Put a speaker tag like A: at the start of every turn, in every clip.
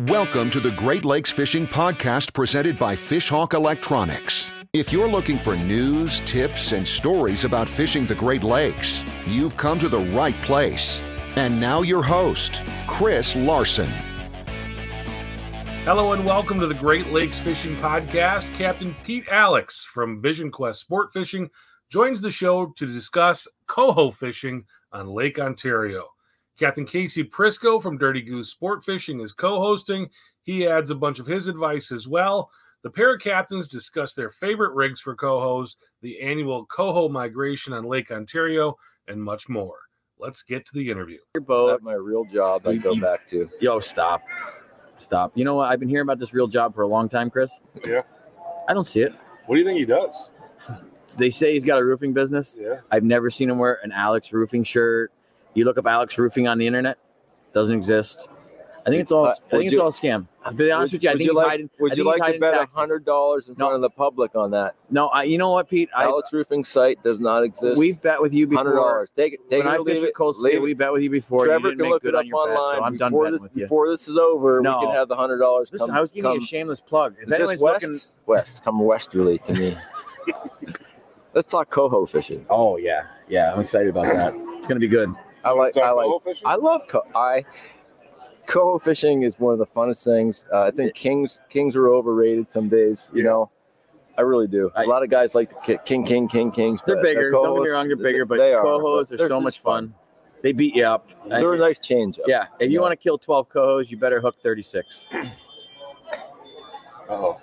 A: Welcome to the Great Lakes Fishing Podcast presented by Fishhawk Electronics. If you're looking for news, tips, and stories about fishing the Great Lakes, you've come to the right place. And now, your host, Chris Larson.
B: Hello and welcome to the Great Lakes Fishing Podcast. Captain Pete Alex from Vision Quest Sport Fishing joins the show to discuss coho fishing on Lake Ontario. Captain Casey Prisco from Dirty Goose Sport Fishing is co hosting. He adds a bunch of his advice as well. The pair of captains discuss their favorite rigs for cohos, the annual coho migration on Lake Ontario, and much more. Let's get to the interview.
C: your boat.
D: That's my real job I
C: You-
D: go
C: you-
D: back to.
C: Yo, stop. Stop. You know what? I've been hearing about this real job for a long time, Chris.
E: Yeah.
C: I don't see it.
E: What do you think he does?
C: They say he's got a roofing business.
E: Yeah.
C: I've never seen him wear an Alex roofing shirt. You look up Alex roofing on the internet, doesn't exist. I think it's all
D: Uh,
C: I think
D: would
C: it's
D: you-
C: all a scam. To be honest with you, I think
D: you
C: he's
D: like,
C: hiding. I
D: would
C: think
D: you
C: he's
D: like to
C: hiding
D: bet
C: taxes.
D: hundred dollars in
C: No.
D: front of the public on that?
C: No, I, you know what, Pete? I,
D: Alex Roofing site does not exist.
C: we've bet with you before.
D: hundred dollars. Take it. Take
C: When
D: it.
C: I
D: or
C: fished
D: leave
C: with
D: it.
C: Cold State,
D: Leave
C: we
D: it.
C: bet with you before. and
D: Trevor
C: you didn't
D: can
C: make
D: look
C: good
D: it up
C: on your bet,
D: online
C: so I'm done
D: before
C: betting
D: this
C: with you.
D: before this is over.
C: No.
D: We can have the hundred dollars.
C: Listen,
D: come,
C: I was giving
D: come,
C: you a shameless plug. If
D: Is this
C: anyone's
D: west?
C: looking,
D: West, come westerly to me. Let's talk coho fishing.
C: oh yeah, yeah, I'm excited about that. It's gonna be good.
D: I like.
E: Is that
D: I like.
E: coho fishing?
D: I love co- I coho fishing is one of the funnest things. Uh, I think kings kings are overrated some days. You know, I really do. A
C: I-
D: lot of guys like to ki- king king king kings.
C: Uh, They're
D: but
C: bigger. Don't get me
D: cohos-
C: wrong, they're bigger, but
D: they are,
C: cohos
D: but
C: are
D: they're
C: so
D: just
C: much fun. They beat you up.
D: They're a nice change. Up.
C: yeah, if you
D: Yeah.
C: want to kill 12 cohos, you better hook 36.
E: Oh,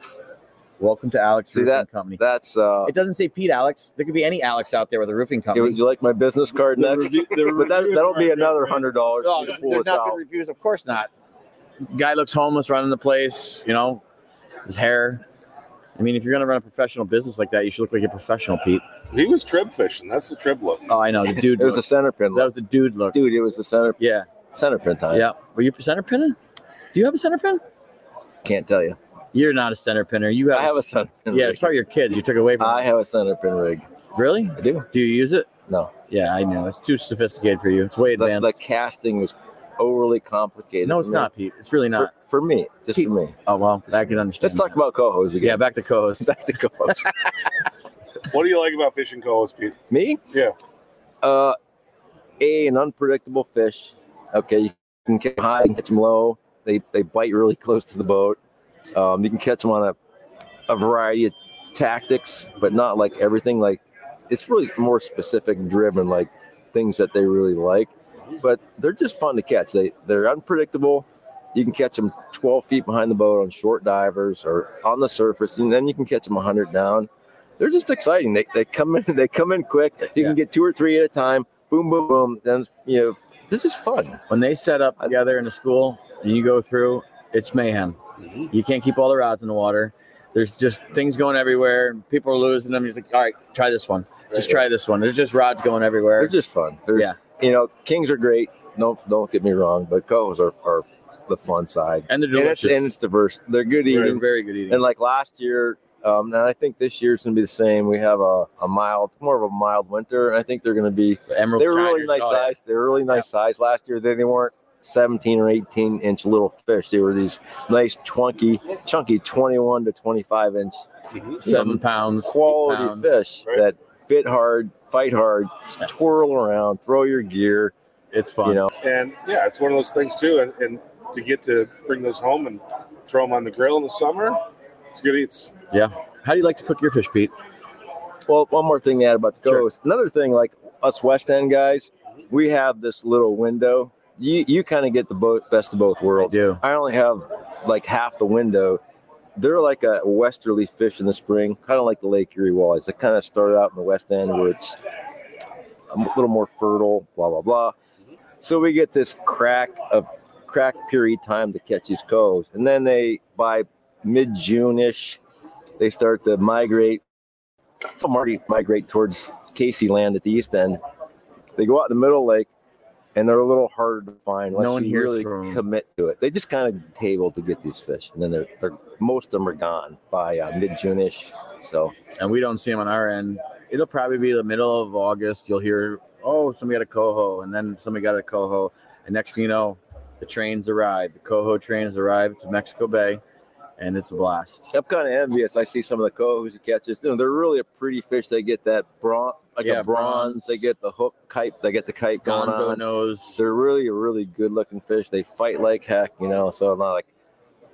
C: Welcome to Alex
D: See
C: Roofing
D: that?
C: Company.
D: That's uh.
C: It doesn't say Pete Alex. There could be any Alex out there with a roofing
D: Hey,
C: company.
D: would you like my business card next? But that, that'll be another hundred dollars
C: Oh,
D: to
C: there's
D: pull
C: not
D: us
C: good
D: out.
C: reviews. Of course not. Guy looks homeless running the place, you know, his hair. I mean, if you're going to run a professional business like that, you should look like a professional, Pete.
E: He was trib fishing. That's the trib look.
C: Oh, I know. The dude
D: It was a
C: look.
D: center pin,
C: That was the dude look.
D: dude. Uh, It was the center
C: Yeah.
D: center pin time.
C: Yeah. Were you center pinning? Do you have a center pin?
D: can't tell you.
C: You're not a center pinner. You have,
D: I have a center Uh, pin.
C: yeah. It's
D: rig.
C: probably your kids. You took away from.
D: I
C: them.
D: have a center pin rig.
C: really?
D: I do.
C: Do you use it?
D: No.
C: Yeah, I know. It's too sophisticated for you. It's way
D: the,
C: advanced.
D: the casting was overly complicated.
C: no, it's
D: for me.
C: not, Pete. It's really
D: For,
C: not.
D: for me, just
C: Keep-
D: for me.
C: oh well, I can understand.
D: Let's talk
C: that.
D: about cohos
C: Yeah,
D: again.
C: back to co-host.
D: back to cohos.
E: What do you like about fishing cohos, Pete?
D: me?
E: Yeah.
D: Uh, a an unpredictable fish. Okay, you can catch them high, you can catch them low. They they bite really close to the boat. Um, you can catch them on a a variety of tactics, but not like everything. Like it's really more specific driven, like things that they really like. But they're just fun to catch. They they're unpredictable. You can catch them 12 feet behind the boat on short divers or on the surface, and then you can catch them 100 down. They're just exciting. They, they come in they come in quick. You
C: Yeah.
D: can get two or three at a time. Boom, boom, boom. Then you know this is fun.
C: When they set up together in a school and you go through, it's mayhem.
D: Mm-hmm.
C: You can't keep all the rods in the water. There's just things going everywhere, and people are losing them. You're just like, all right, try this one. Just try this one. There's just rods going
D: They're
C: everywhere.
D: just fun. They're-
C: Yeah.
D: You know, kings are great. Don't don't get me wrong, but cohos are, are the fun side.
C: and they're
D: And it's,
C: delicious.
D: and it's diverse. They're good eating.
C: they're very good eating.
D: And like last year, um, and I think this year's gonna be the same. We have a, a mild, more of a mild winter, and I think they're gonna be.
C: The Emerald
D: They were really
C: Striders.
D: nice
C: Oh, yeah.
D: size. They were really nice size last year. They, they weren't 17 or 18 inch little fish. They were these nice, chunky, chunky 21 to 25 inch
C: Seven pounds. eight
D: quality
C: pounds.
D: fish
E: Right.
D: that bit hard, fight hard, twirl around, throw your gear.
C: It's fun.
D: You know,
E: And yeah, it's one of those things too. And, and to get to bring those home and throw them on the grill in the summer, it's good eats.
C: How do you like to cook your fish, Pete?
D: Well, one more thing to add about the
C: Sure. Mm-hmm.
D: coast. Another thing, like us West End guys, we have this little window. You you kind of get the boat best of both
C: I
D: worlds.
C: do.
D: I only have like half the window. They're like a westerly fish in the spring, kind of like the Lake Erie walleyes. They kind of started out in the West End where it's a m- little more fertile, blah blah blah.
C: Mm-hmm.
D: So we get this crack of crack period time to catch these coves, and then they by mid June ish, they start to migrate. Some already migrate towards Casey Land at the east end. They go out in the middle lake, and they're a little harder to find.
C: No
D: Unless
C: one
D: you
C: hears
D: really
C: from 'em.
D: commit to it. They just kind of table to get these fish, and then they're, they're most of them are gone by uh, mid June ish. So
C: and we don't see them on our end. It'll probably be the middle of August. You'll hear, oh, somebody got a coho, and then somebody got a coho, and next thing you know, The trains arrived. The Coho train has arrived to Mexico Bay, and it's a blast.
D: I'm kind of envious. I see some of the cohos and catches. You know, they're really a pretty fish. They get that bronze, like
C: Yeah,
D: a
C: bronze.
D: bronze. They get the hook kite. They get the kite going
C: Gonzo
D: on.
C: knows.
D: They're really a really good looking fish. They fight like heck, you know. So I'm not like,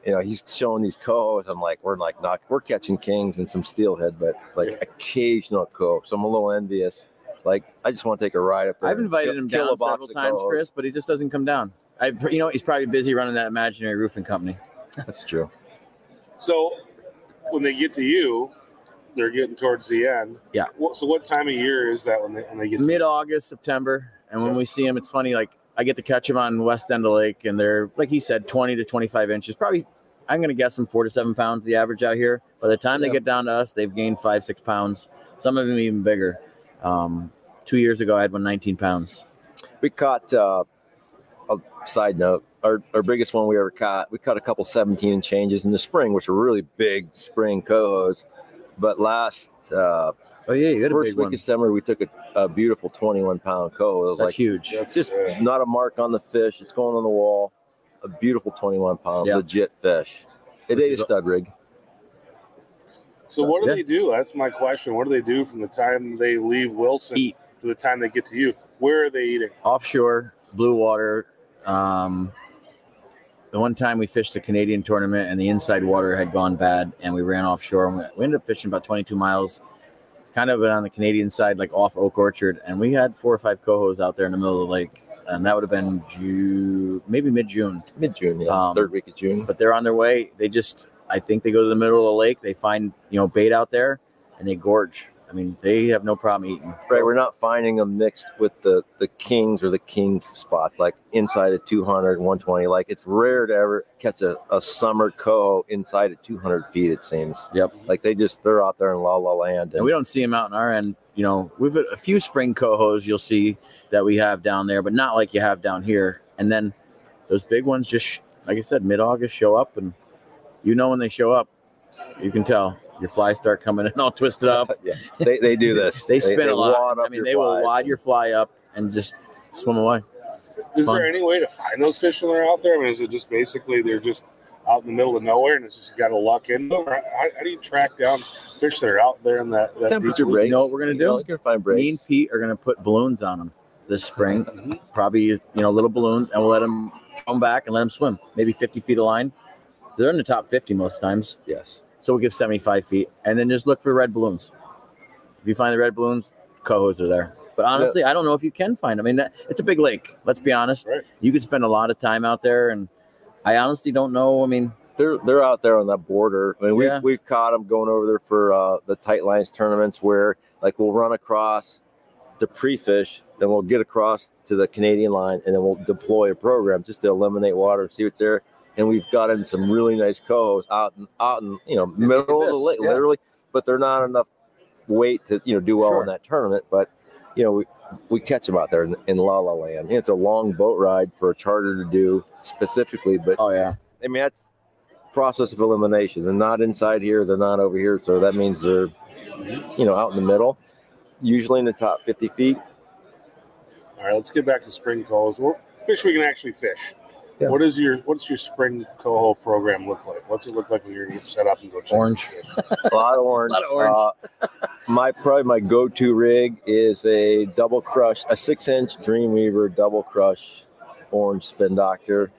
D: you know, he's showing these cohos. I'm like, we're like not, we're catching kings and some steelhead, but like
E: Yeah.
D: occasional coho. So I'm a little envious. Like I just want to take a ride up there.
C: I've
D: and
C: invited
D: ki-
C: him
D: kill a
C: down
D: box
C: several
D: of
C: times,
D: cohos.
C: Chris, but he just doesn't come down. I, you know, he's probably busy running that imaginary roofing company.
D: That's true.
E: So when they get to you, they're getting towards the end.
C: Yeah.
E: What, so what time of year is that when they when they get to
C: mid August, September. And when we see them, it's funny. Like I get to catch them on West End of Lake, and they're like he said, twenty to twenty-five inches. Probably, I'm gonna guess them four to seven pounds, the average out here. By the time
D: Yeah.
C: they get down to us, they've gained five, six pounds. Some of them even bigger. Um, two years ago, I had one 19 pounds.
D: We caught uh, a side note. Our, our biggest one we ever caught. We caught a couple 17 and changes in the spring, which were really big spring cohos. But last uh,
C: Oh yeah, you had a
D: first
C: big
D: week
C: one.
D: of summer, we took a, a beautiful 21 pound coho. It was
C: That's
D: like
C: huge.
E: That's
D: just
E: uh,
D: not a mark on the fish. It's going on the wall. A beautiful 21 pound
C: Yeah.
D: legit fish. It
C: Which
D: ate a
C: is a-
D: stud rig.
E: so. What do
C: Yeah.
E: they do? That's my question. What do they do from the time they leave Wilson
C: Eat.
E: to the time they get to you? Where are they eating?
C: offshore, blue water. Um, the one time we fished the Canadian tournament and the inside water had gone bad, and we ran offshore. And we- we ended up fishing about 22 miles, kind of on the Canadian side, like off Oak Orchard. And we had four or five cohos out there in the middle of the lake, and that would have been June, maybe mid June.
D: Mid June, yeah.
C: Um,
D: third week of June.
C: But they're on their way. They just, I think they go to the middle of the lake. They find you know bait out there, and they gorge. I mean, they have no problem eating.
D: Right, we're not finding them mixed with the the kings or the king spots, like inside of 200, 120. Like it's rare to ever catch a, a summer coho inside of 200 feet. It seems.
C: Yep.
D: Like they just they're out there in la la land.
C: and we don't see them out in our end. You know, we've had a few spring cohos you'll see that we have down there, but not like you have down here. And then those big ones just, sh- like I said, mid August show up, and you know when they show up, you can tell your flies start coming in all twisted up.
D: yeah, they, they do this.
C: They spin a lot.
D: wad up
C: I mean,
D: your
C: they will
D: flies.
C: wad your fly up and just swim away.
E: Is
C: Fun.
E: there any way to find those fish when they're out there? I mean, is it just basically they're just out in the middle of nowhere and it's just you got to luck into them? Or how, how do you track down fish that are out there in that? that
D: temperature
E: deep-
D: breaks.
C: You know what we're gonna
D: You know,
C: do?
D: You can find
C: Me and
D: breaks.
C: Pete are going to put balloons on them this spring,
D: Mm-hmm.
C: probably you know little balloons, and we'll let them come back and let them swim, maybe 50 feet of line. They're in the top 50 most times.
D: Yes.
C: So we give 75 feet and then just look for red balloons. If you find the red balloons, cohos are there. But honestly, I don't know if you can find them. I mean, that, it's a big lake. Let's be honest.
E: Right.
C: You could spend a lot of time out there. And I honestly don't know. I mean,
D: they're they're out there on that border. I mean, we've
C: Yeah.
D: we've caught them going over there for uh, the tight lines tournaments where like we'll run across to pre-fish, then we'll get across to the Canadian line, and then we'll deploy a program just to eliminate water and see what's there. And we've gotten some really nice cohos out in out in you know middle of the
C: abyss,
D: lake,
C: yeah.
D: literally, but they're not enough weight to you know do well
C: Sure.
D: in that tournament. But you know we we catch them out there in, in La La Land. It's a long boat ride for a charter to do specifically, but
C: oh, yeah.
D: I mean, that's process of elimination. They're not inside here. They're not over here. So that means they're, you know, out in the middle, usually in the top 50 feet.
E: All right, let's get back to spring cohos. What fish we can actually fish.
D: Yeah.
E: What is your what's your spring coho program look like? What's it look like when you're gonna get set up and go chase some
C: Orange.
E: fish?
D: A lot of orange.
C: Lot of orange.
D: Uh, my probably my go-to rig is a double crush, a six-inch Dreamweaver double crush orange spin doctor,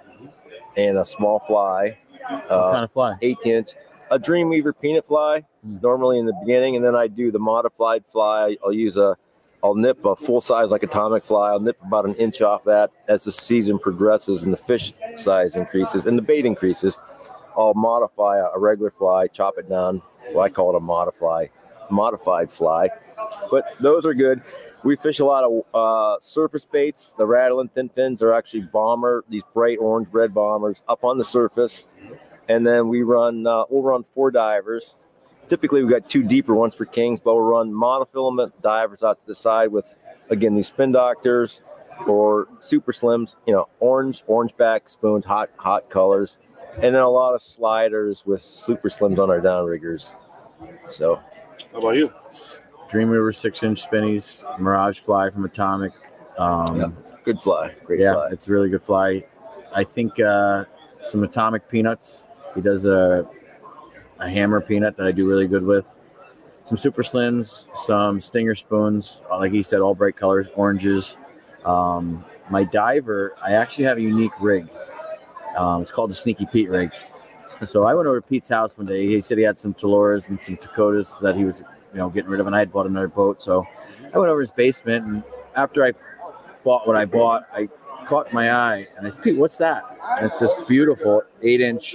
D: and a small fly.
C: what
D: Uh,
C: kind of fly?
D: eight inch, a Dreamweaver peanut fly,
C: Mm.
D: normally in the beginning, and then I do the modified fly. I'll use a, I'll nip a full size like atomic fly. I'll nip about an inch off that as the season progresses and the fish size increases and the bait increases. I'll modify a regular fly, chop it down. Well, I call it a modify, modified fly, but those are good. We fish a lot of uh, surface baits. The rattling thin fins are actually bomber, these bright orange red bombers up on the surface and then we run uh, we'll run four divers. Typically, we've got two deeper ones for kings, but we'll run monofilament divers out to the side with again these spin doctors or super slims, you know, orange, orange back spoons, hot, hot colors, and then a lot of sliders with super slims on our downriggers. So
E: How about you?
C: Dreamweaver six inch spinnies, Mirage fly from Atomic. Um,
D: Yeah. good fly, great
C: yeah,
D: fly.
C: it's a really good fly. I think uh, some atomic peanuts. He does a, a hammer peanut that I do really good with. Some super slims, some stinger spoons. uh, Like he said, all bright colors, oranges. Um, my diver, I actually have a unique rig. Um, it's called the Sneaky Pete rig. So I went over to Pete's house one day. He said he had some Taloras and some Dakotas that he was, you know, getting rid of, and I had bought another boat. So I went over his basement, and after I bought what I bought, I caught my eye, and I said, "Pete, what's that?" And it's this beautiful eight-inch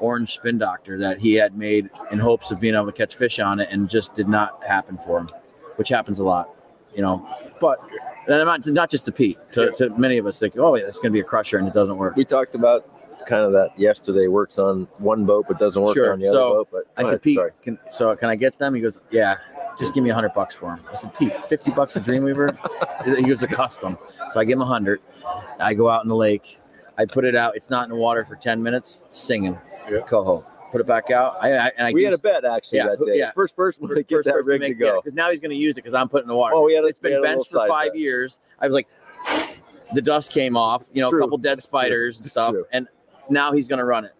C: orange spin doctor that he had made in hopes of being able to catch fish on it, and just did not happen for him, which happens a lot, you know. But and I'm not not just to Pete, to, to many of us think, "Oh, yeah, it's going to be a crusher," and it doesn't work.
D: We talked about kind of that yesterday. Works on one boat, but doesn't work
C: Sure,
D: on the
C: so
D: other boat. But
C: I
D: Go
C: said,
D: ahead,
C: Pete,
D: sorry.
C: can, so can I get them? He goes, yeah, just give me a hundred bucks for him. I said, Pete, 50 bucks a Dreamweaver? he goes, a custom. So I give him a hundred. I go out in the lake. I put it out. It's not in the water for 10 minutes, singing.
E: Yeah.
C: Coho. Put it back out. I, I, and I
D: we had a
C: used-
D: bet actually
C: Yeah,
D: that day.
C: yeah.
D: First person to
C: first
D: get that
C: person
D: rig to
C: make-
D: go.
C: because now he's going to use it because I'm putting in the water.
D: Oh, we had a-
C: it's
D: we had
C: been
D: a little
C: benched for
D: side
C: five
D: bet.
C: years. I was like, the dust came off, you know,
D: True.
C: a couple dead spiders and
D: It's
C: stuff.
D: true.
C: And now he's going to run it.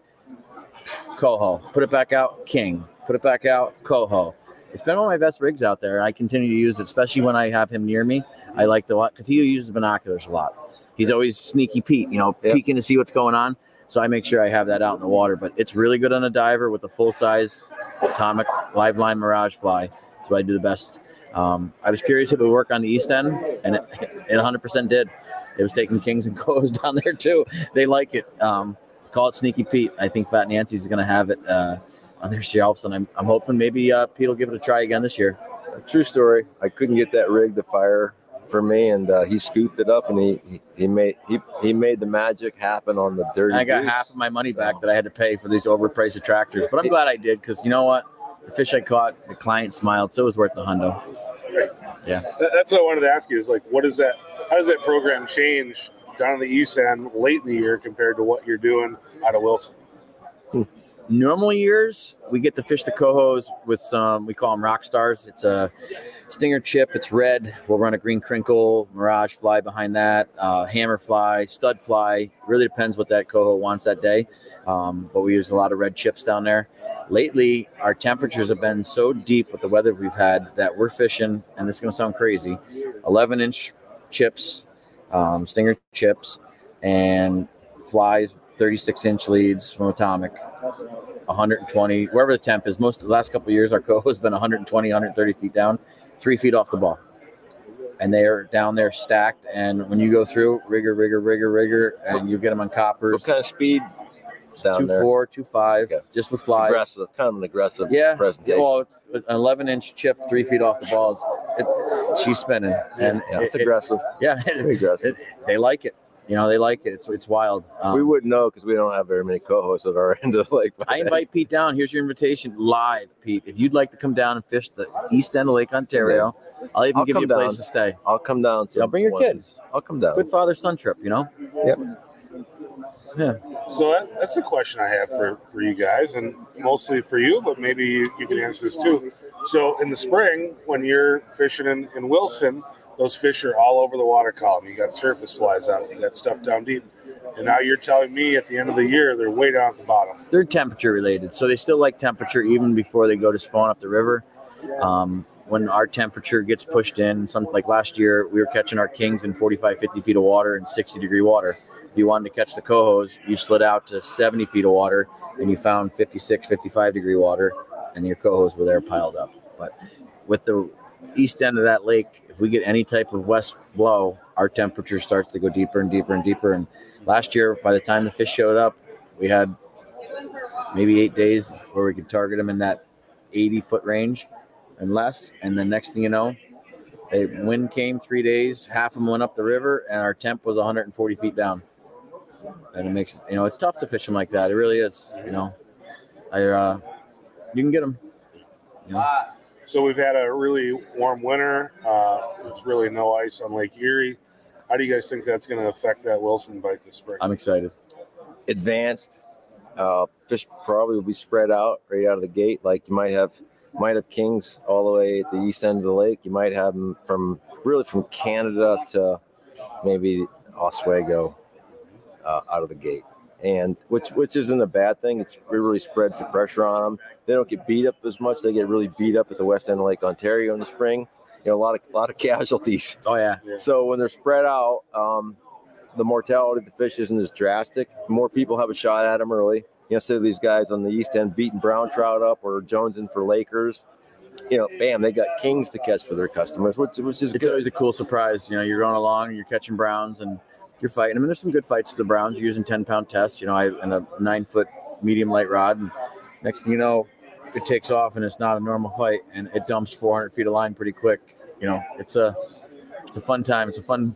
C: Coho, put it back out, King, put it back out, Coho. It's been one of my best rigs out there. I continue to use it, especially when I have him near me. I like the lot because he uses binoculars a lot. He's always sneaky Pete, you know,
D: Yeah.
C: peeking to see what's going on. So I make sure I have that out in the water. But it's really good on a diver with a full size atomic live line mirage fly. So I do the best. Um, I was curious if it would work on the east end, and it, it 100% did. It was taking kings and coes down there too. They like it. Um, call it Sneaky Pete. I think Fat Nancy's going to have it uh, on their shelves, and I'm, I'm hoping maybe uh, Pete will give it a try again this year.
D: A true story. I couldn't get that rig to fire for me, and uh, he scooped it up and he he- he made he he made the magic happen on the dirty.
C: And I got
D: goose.
C: half of my money back that I had to pay for these overpriced attractors, but I'm glad I did because you know what? The fish I caught, the client smiled, so it was worth the hundo.
E: That- That's what I wanted to ask you is like, what is that? How does that program change down in the East End late in the year compared to what you're doing out of Wilson?
C: normal years we get to fish the cohos with some we call them rock stars it's a stinger chip it's red we'll run a green crinkle mirage fly behind that uh, hammer fly stud fly really depends what that coho wants that day um, but we use a lot of red chips down there lately our temperatures have been so deep with the weather we've had that we're fishing and this is going to sound crazy 11 inch chips um, stinger chips and flies 36 inch leads from atomic 120, wherever the temp is. Most of the last couple of years, our coho has been 120, 130 feet down, three feet off the ball. And they are down there stacked. And when you go through, rigger, rigger, rigger, rigger, and you get them on
D: What
C: coppers,
D: kind of speed? Down
C: two
D: there.
C: four, two five,
D: Okay.
C: just with flies.
D: Aggressive, kind of an aggressive
C: Yeah.
D: presentation.
C: Well, it's an 11 inch chip, three feet off the ball. is- It, she's spinning. And
D: yeah, it's
C: it- it-
D: aggressive.
C: yeah,
D: Very aggressive.
C: they like it. You know, they like it. It's, it's wild. Um,
D: we wouldn't know because we don't have very many co-hosts at our end of the lake.
C: I invite Pete down. Here's your invitation live, Pete. If you'd like to come down and fish the east end of Lake Ontario, I'll even
D: I'll
C: give you a
D: come
C: place
D: down.
C: to stay.
D: I'll come down.
C: Yeah, bring your
D: some ones.
C: kids.
D: I'll come down.
C: Good father son trip, you know?
E: So that's that's a question I have for for you guys, and mostly for you, but maybe you, you can answer this too. So in the spring, when you're fishing in, in Wilson, those fish are all over the water column. You got surface flies out, you got stuff down deep, and now you're telling me at the end of the year they're way down at the bottom.
C: They're temperature related. So they still like temperature even before they go to spawn up the river. Um, when our temperature gets pushed in, some like last year, we were catching our kings in 45, 50 feet of water and 60 degree water. If you wanted to catch the cohos, you slid out to 70 feet of water and you found 56, 55 degree water, and your cohos were there piled up. But with the east end of that lake, if we get any type of west blow, our temperature starts to go deeper and deeper and deeper. And last year, by the time the fish showed up, we had maybe eight days where we could target them in that 80 foot range and less. And the next thing you know, a wind came three days, half of them went up the river, and our temp was 140 feet down. And it makes you know it's tough to fish them like that. It really is. You know, I uh, you can get them.
E: So we've had a really warm winter. Uh, there's really no ice on Lake Erie. How do you guys think that's going to affect that Wilson bite this spring?
C: I'm excited.
D: advanced. Uh, fish probably will be spread out right out of the gate. Like you might have, might have kings all the way at the east end of the lake. You might have them from really from Canada to maybe Oswego. uh, out of the gate, and which which isn't a bad thing. It's, it really spreads the pressure on them. They don't get beat up as much. They get really beat up at the West End of Lake Ontario in the spring. You know, a lot of a lot of casualties.
C: Oh yeah.
D: So when they're spread out, um, the mortality of the fish isn't as drastic. More people have a shot at them early. You know, so these guys on the east end beating brown trout up or Jones in for Lakers. You know, bam, they got kings to catch for their customers, which which is
C: It's
D: good.
C: always a cool surprise. You know, you're going along, you're catching browns, and you're fighting. I mean, there's some good fights to the browns. You're using 10 pound tests. You know, I and a nine foot medium light rod, and next thing you know, it takes off, and it's not a normal fight, and it dumps 400 feet of line pretty quick. You know, it's a it's a fun time. It's a fun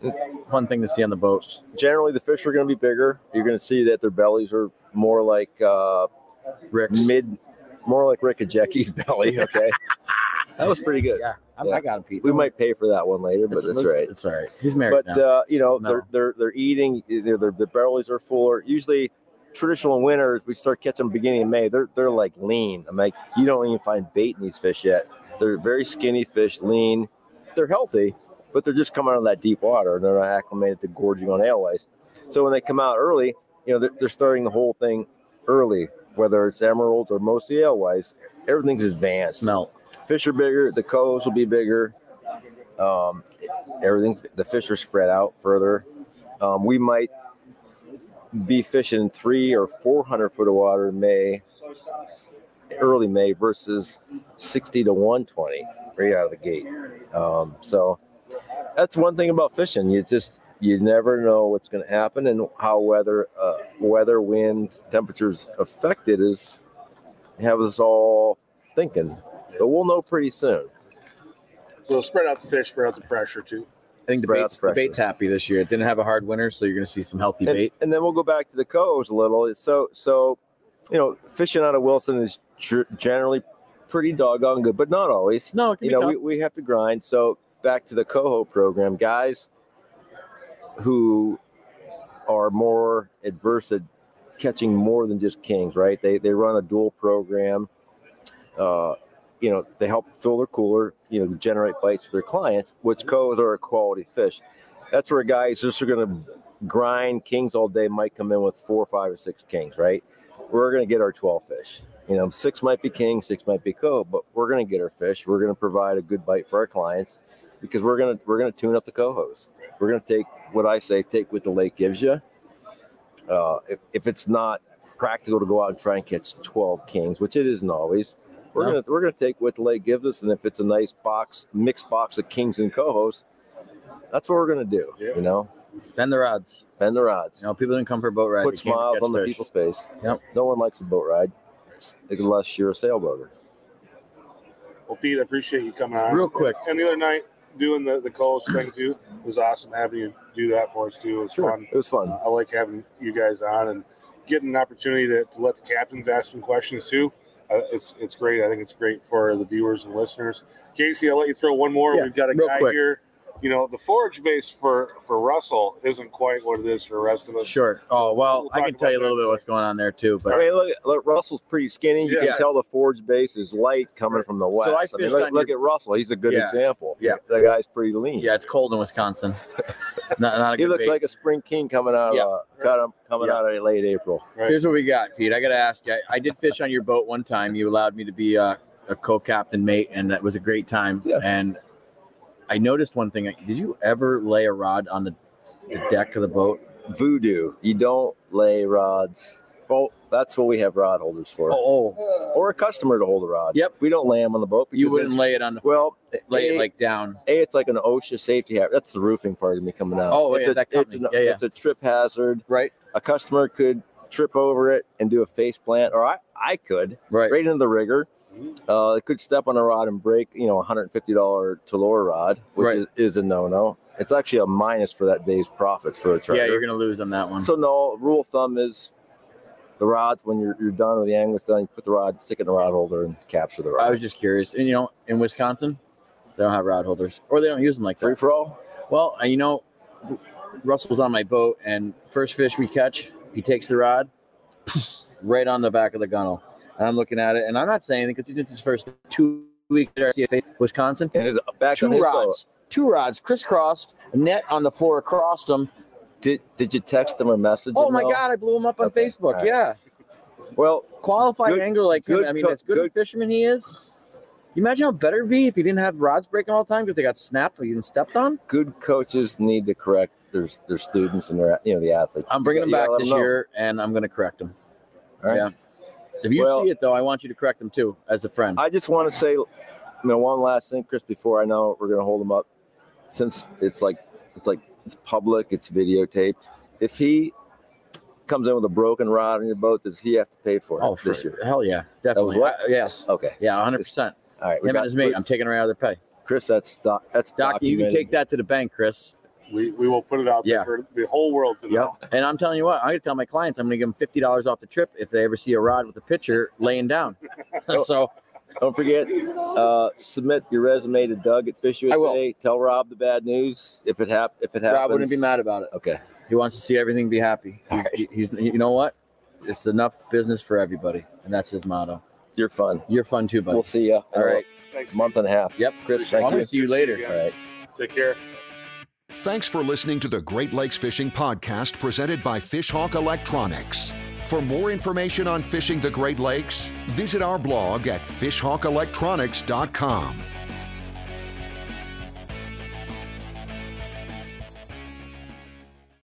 C: fun thing to see on the boat.
D: Generally, the fish are going to be bigger. You're going to see that their bellies are more like uh,
C: Rick's.
D: mid, more like Rick and Jackie's belly. Okay, that was pretty good.
C: Yeah, I,
D: Yeah.
C: I got him, Pete.
D: We might pay for that one later, but that's right.
C: It's all right. He's married.
D: but
C: now.
D: uh, you know
C: No.
D: they're they're they're eating their their the bellies are full. Usually, traditional winters we start catching them beginning of May. They're they're like lean. I'm like you don't even find bait in these fish yet. They're very skinny fish, lean. They're healthy, but they're just coming out of that deep water. They're not acclimated to gorging on alewives. So when they come out early, you know they're, they're starting the whole thing early. Whether it's emeralds or mostly alewives, everything's advanced
C: smell.
D: fish are bigger the coves will be bigger um everything's the fish are spread out further um, we might be fishing three or four hundred foot of water in may early may versus 60 to 120 right out of the gate um, so that's one thing about fishing you just you never know what's going to happen and how weather uh, weather wind temperatures affected is have us all thinking but we'll know pretty soon.
E: So spread out the fish, spread out the pressure too.
C: I think the
D: Spread out
C: bait's,
D: the
C: the
D: pressure.
C: bait's happy this year. It didn't have a hard winter, so you're going to see some healthy
D: And,
C: bait.
D: and then we'll go back to the coves a little. So, so you know, fishing out of Wilson is tr- generally pretty doggone good, but not always.
C: No, it can
D: you
C: be
D: know,
C: tough.
D: we, we have to grind. So back to the coho program, guys who are more adverse at catching more than just kings, right? They they run a dual program. Uh, you know, they help fill their cooler, you know, generate bites for their clients, which cohos are a quality fish. That's where guys just are gonna grind kings all day might come in with four, five, or six kings, right? We're gonna get our 12 fish. You know, six might be king, six might be coho, but we're gonna get our fish. We're gonna provide a good bite for our clients because we're gonna we're gonna tune up the cohos. We're gonna take what I say, take what the lake gives you. Uh, if, if it's not practical to go out and try and catch 12 kings, which it isn't always, we're
C: No.
D: gonna we're gonna take what the lake gives us, and if it's a nice box mixed box of kings and cohos, that's what we're gonna do.
E: Yeah.
D: You know,
C: Bend the rods.
D: bend the rods,
C: You know, people didn't come for a boat ride.
D: put
C: They came to
D: smiles
C: catch
D: on the
C: fish.
D: people's face.
C: Yep.
D: No one likes a boat ride unless you're a sailboater.
E: Well, Pete, I appreciate you coming on.
C: Real quick,
E: And the other night, doing the the Coles thing too it was awesome having you do that for us too. It was fun.
D: It was fun.
E: I like having you guys on and getting an opportunity to, to let the captains ask some questions too. Uh, it's it's great. I think it's great for the viewers and listeners. Casey, I'll let you throw one more.
C: Yeah,
E: We've got a
C: real
E: guy
C: quick.
E: here. You know, the forage base for for Russell isn't quite what it is for the rest of us.
C: sure. Oh well,
E: We'll
C: I can
E: talk
C: tell you a
E: about
C: little
E: that in
C: bit
E: a
C: what's going on there too. But
D: I mean, look, look, Russell's pretty skinny. You
E: Yeah.
D: can tell the forge base is light coming from the west.
C: I
D: mean,
C: fished
D: look,
C: on
D: look
C: your-
D: at Russell. He's a good
C: Yeah.
D: example.
C: Yeah.
D: That guy's pretty lean.
C: yeah, it's cold in Wisconsin. not, not a
D: He
C: good
D: looks
C: bait.
D: like a spring king coming out
C: Yeah.
D: of uh, cut him coming
C: Yeah.
D: out of late April.
C: Here's what we got, Pete. I got to ask you. I, I did fish on your boat one time. You allowed me to be a, a co-captain mate, and that was a great time.
D: Yeah.
C: And I noticed one thing. Did you ever lay a rod on the, the deck of the boat?
D: Voodoo. You don't lay rods. Well, that's what we have rod holders for,
C: Oh, oh,
D: or a customer to hold a rod.
C: Yep.
D: We don't lay them on the boat.
C: you
D: because
C: wouldn't lay it on the
D: it- Well,
C: lay
D: A-
C: it like down.
D: a it's like an OSHA safety hazard. That's the roofing part of me coming out.
C: Oh,
D: it's
C: yeah,
D: a,
C: that
D: it's,
C: company.
D: an-
C: Yeah, yeah.
D: it's a trip hazard.
C: Right.
D: A customer could trip over it and do a face plant, or I, I could.
C: Right.
D: right into the rigger. Uh, it could step on a rod and break, you know, $150 Talor rod, which
C: Right.
D: is, is a no no. It's actually a minus for that day's profits for a
C: Yeah,
D: charter.
C: you're gonna lose on that one.
D: so, no, rule of thumb is the rods, when you're, you're done or the angler's done, you put the rod, stick it in the rod holder, and capture the rod.
C: I was just curious. And you know, in Wisconsin, they don't have rod holders, or they don't use them like
D: Free
C: that.
D: for all?
C: Well, uh, you know, Russell's on my boat, and first fish we catch, he takes the rod right on the back of the gunnel, and I'm looking at it, and I'm not saying anything because he did his first two weeks at RCFA Wisconsin.
D: And it's back on
C: Two
D: his
C: rods, two rods crisscrossed, net on the floor across them,
D: Did Did you text them or message them?
C: Oh my
D: though?
C: God, I blew him up on
D: Okay,
C: Facebook.
D: alright.
C: Yeah,
D: Well,
C: qualified
D: Good-
C: angler like him.
D: good
C: I mean,
D: co-
C: as good, a
D: good-
C: fisherman he is. You imagine how better it'd be if he didn't have rods breaking all the time because they got snapped and stepped on.
D: good coaches need to correct their their students and their you know the athletes.
C: I'm bringing
D: You
C: him
D: gotta
C: back
D: let
C: this
D: 'em know.
C: year, and I'm going to correct him.
D: All right.
C: Yeah. If you
D: Well-
C: see it though, I want you to correct him too, as a friend.
D: I just want to say, you know, one last thing, Chris. Before I know we're gonna hold him up, since it's like it's like it's public, it's videotaped. If he comes in with a broken rod on your boat, does he have to pay for it
C: oh, for
D: this year?
C: sure. Hell yeah, definitely.
D: what?
C: I- yes.
D: Okay,
C: Yeah, 100. percent
D: all right.
C: Him and his mate. I'm taking her out of their pay.
D: Chris, that's doc, that's
C: Doc, you can
D: documented.
C: take that to the bank, Chris.
E: We, we will put it out
C: Yeah.
E: there for the whole world to know.
C: And I'm telling you what, I'm gonna tell my clients I'm gonna give them fifty dollars off the trip if they ever see a rod with a pitcher laying down. so
D: Don't forget, uh, submit your resume to Doug at Fish USA.
C: I will.
D: Tell Rob the bad news if it hap- if it happens.
C: Rob wouldn't be mad about it.
D: Okay.
C: He wants to see everything be happy. He's, he's you know what? It's enough business for everybody, and that's his motto.
D: You're fun.
C: You're fun too, buddy.
D: We'll see you.
C: All right.
E: Thanks,
D: It's a month and a half.
C: Yep.
D: Chris,
C: I'm
D: thank
C: gonna
D: you.
C: see you later.
D: All right.
E: Take care.
A: Thanks for listening to the Great Lakes Fishing Podcast presented by Fishhawk Electronics. For more information on fishing the Great Lakes, visit our blog at fishhawkelectronics.com.